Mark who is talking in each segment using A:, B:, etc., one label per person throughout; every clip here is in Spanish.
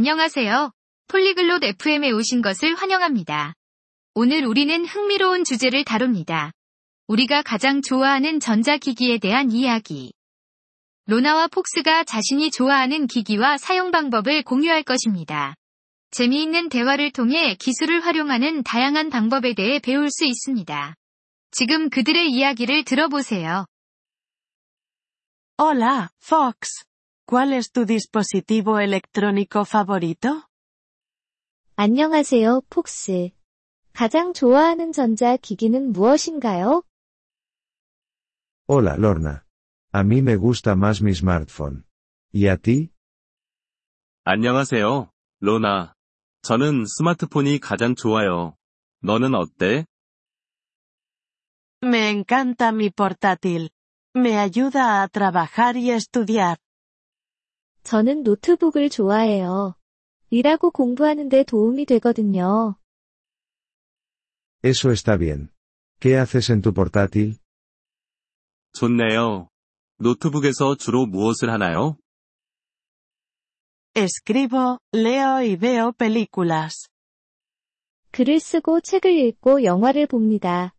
A: 안녕하세요. 폴리글롯 FM에 오신 것을 환영합니다. 오늘 우리는 흥미로운 주제를 다룹니다. 우리가 가장 좋아하는 전자기기에 대한 이야기. 로나와 폭스가 자신이 좋아하는 기기와 사용 방법을 공유할 것입니다. 재미있는 대화를 통해 기술을 활용하는 다양한 방법에 대해 배울 수 있습니다. 지금 그들의 이야기를 들어보세요.
B: Hola, Fox. ¿Cuál es tu dispositivo electrónico favorito?
C: 안녕하세요, 폭스. 가장 좋아하는 전자 기기는 무엇인가요?
D: Hola, Lorna. A mí me gusta más mi smartphone. ¿Y a ti?
E: 안녕하세요, 로나. 저는 스마트폰이 가장 좋아요. 너는 어때?
B: Me encanta mi portátil. Me ayuda a trabajar y estudiar.
C: 저는 노트북을 좋아해요. 일하고 공부하는데 도움이 되거든요.
D: Eso está bien. ¿Qué haces en tu portátil?
E: 좋네요. 노트북에서 주로 무엇을 하나요?
B: Escribo, leo y veo películas.
C: 글을 쓰고 책을 읽고 영화를 봅니다.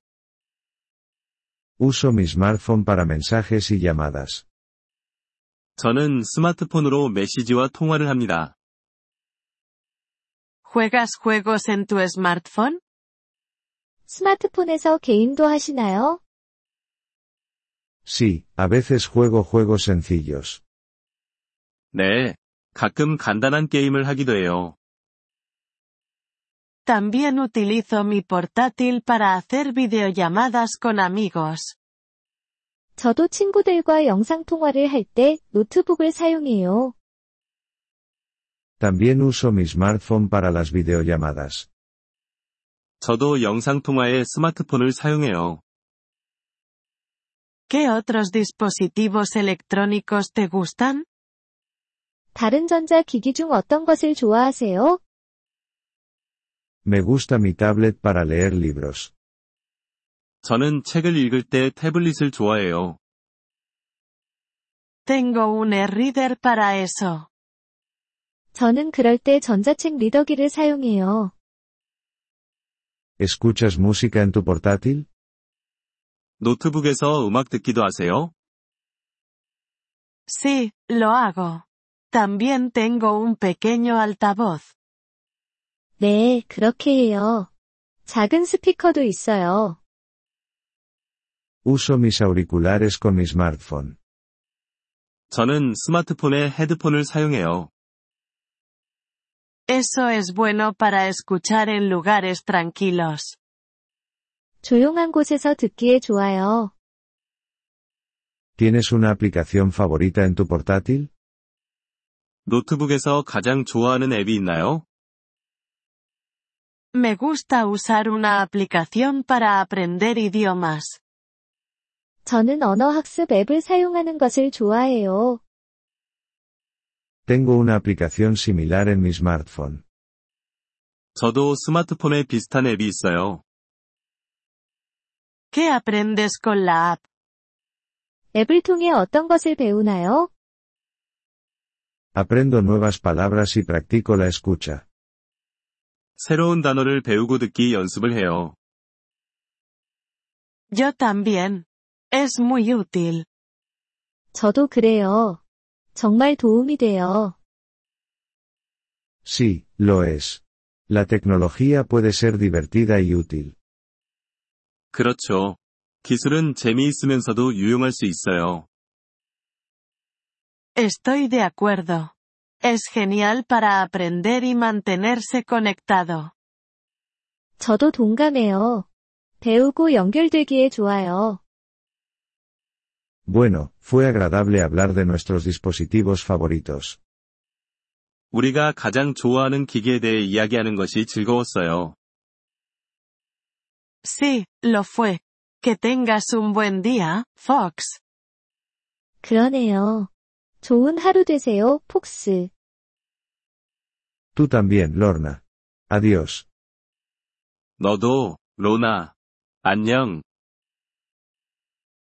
D: Uso mi smartphone para mensajes y llamadas.
E: 저는 스마트폰으로 메시지와 통화를 합니다.
B: ¿Juegas juegos en tu smartphone?
C: 스마트폰에서 게임도 하시나요?
D: Sí, a veces juego juegos sencillos.
E: 네. 가끔 간단한 게임을 하기도 해요.
B: También utilizo mi portátil para hacer videollamadas con amigos.
C: 저도 친구들과 영상통화를 할 때 노트북을 사용해요.
D: También uso mi smartphone para las videollamadas.
E: 저도 영상통화에 스마트폰을 사용해요.
B: ¿Qué otros dispositivos electrónicos te gustan?
C: 다른 전자 기기 중 어떤 것을 좋아하세요?
D: Me gusta mi tablet para leer libros.
E: 저는 책을 읽을 때 태블릿을 좋아해요.
B: Tengo un e-reader para eso.
C: 저는 그럴 때 전자책 리더기를 사용해요.
D: ¿Escuchas música en tu portátil?
E: 노트북에서 음악 듣기도 하세요?
B: Sí, lo hago. También tengo un pequeño altavoz.
C: 네, 그렇게 해요. 작은 스피커도 있어요.
D: Uso mis auriculares con mi smartphone.
E: 저는 스마트폰에 헤드폰을 사용해요.
B: Eso es bueno para escuchar en lugares tranquilos.
C: 조용한 곳에서 듣기에 좋아요.
D: ¿Tienes una aplicación favorita en tu portátil?
E: 노트북에서 가장 좋아하는 앱이 있나요?
B: Me gusta usar una aplicación para aprender idiomas.
C: 저는 언어학습 앱을 사용하는 것을 좋아해요.
D: Tengo una aplicación similar en mi smartphone.
E: 저도 스마트폰에 비슷한 앱이 있어요.
B: ¿Qué aprendes con la app?
C: 앱을 통해 어떤 것을 배우나요?
D: Aprendo nuevas palabras y practico la escucha.
E: 새로운 단어를 배우고 듣기 연습을 해요.
B: Yo también. Es muy útil.
C: 저도 그래요. 정말 도움이 돼요.
D: Sí, lo es. La tecnología puede ser divertida y útil.
E: 그렇죠. 기술은 재미있으면서도 유용할 수 있어요.
B: Estoy de acuerdo. Es genial para aprender y mantenerse conectado.
C: 저도 동감해요. 배우고 연결되기에 좋아요.
D: Bueno, fue agradable hablar de nuestros dispositivos favoritos.
E: 우리가 가장 좋아하는 기기에 대해 이야기하는 것이 즐거웠어요.
B: Sí, lo fue. Que tengas un buen día, Fox.
C: 그러네요. 좋은 하루 되세요, 폭스.
D: Tú también, Lorna. Adiós.
E: 너도, 로나. 안녕.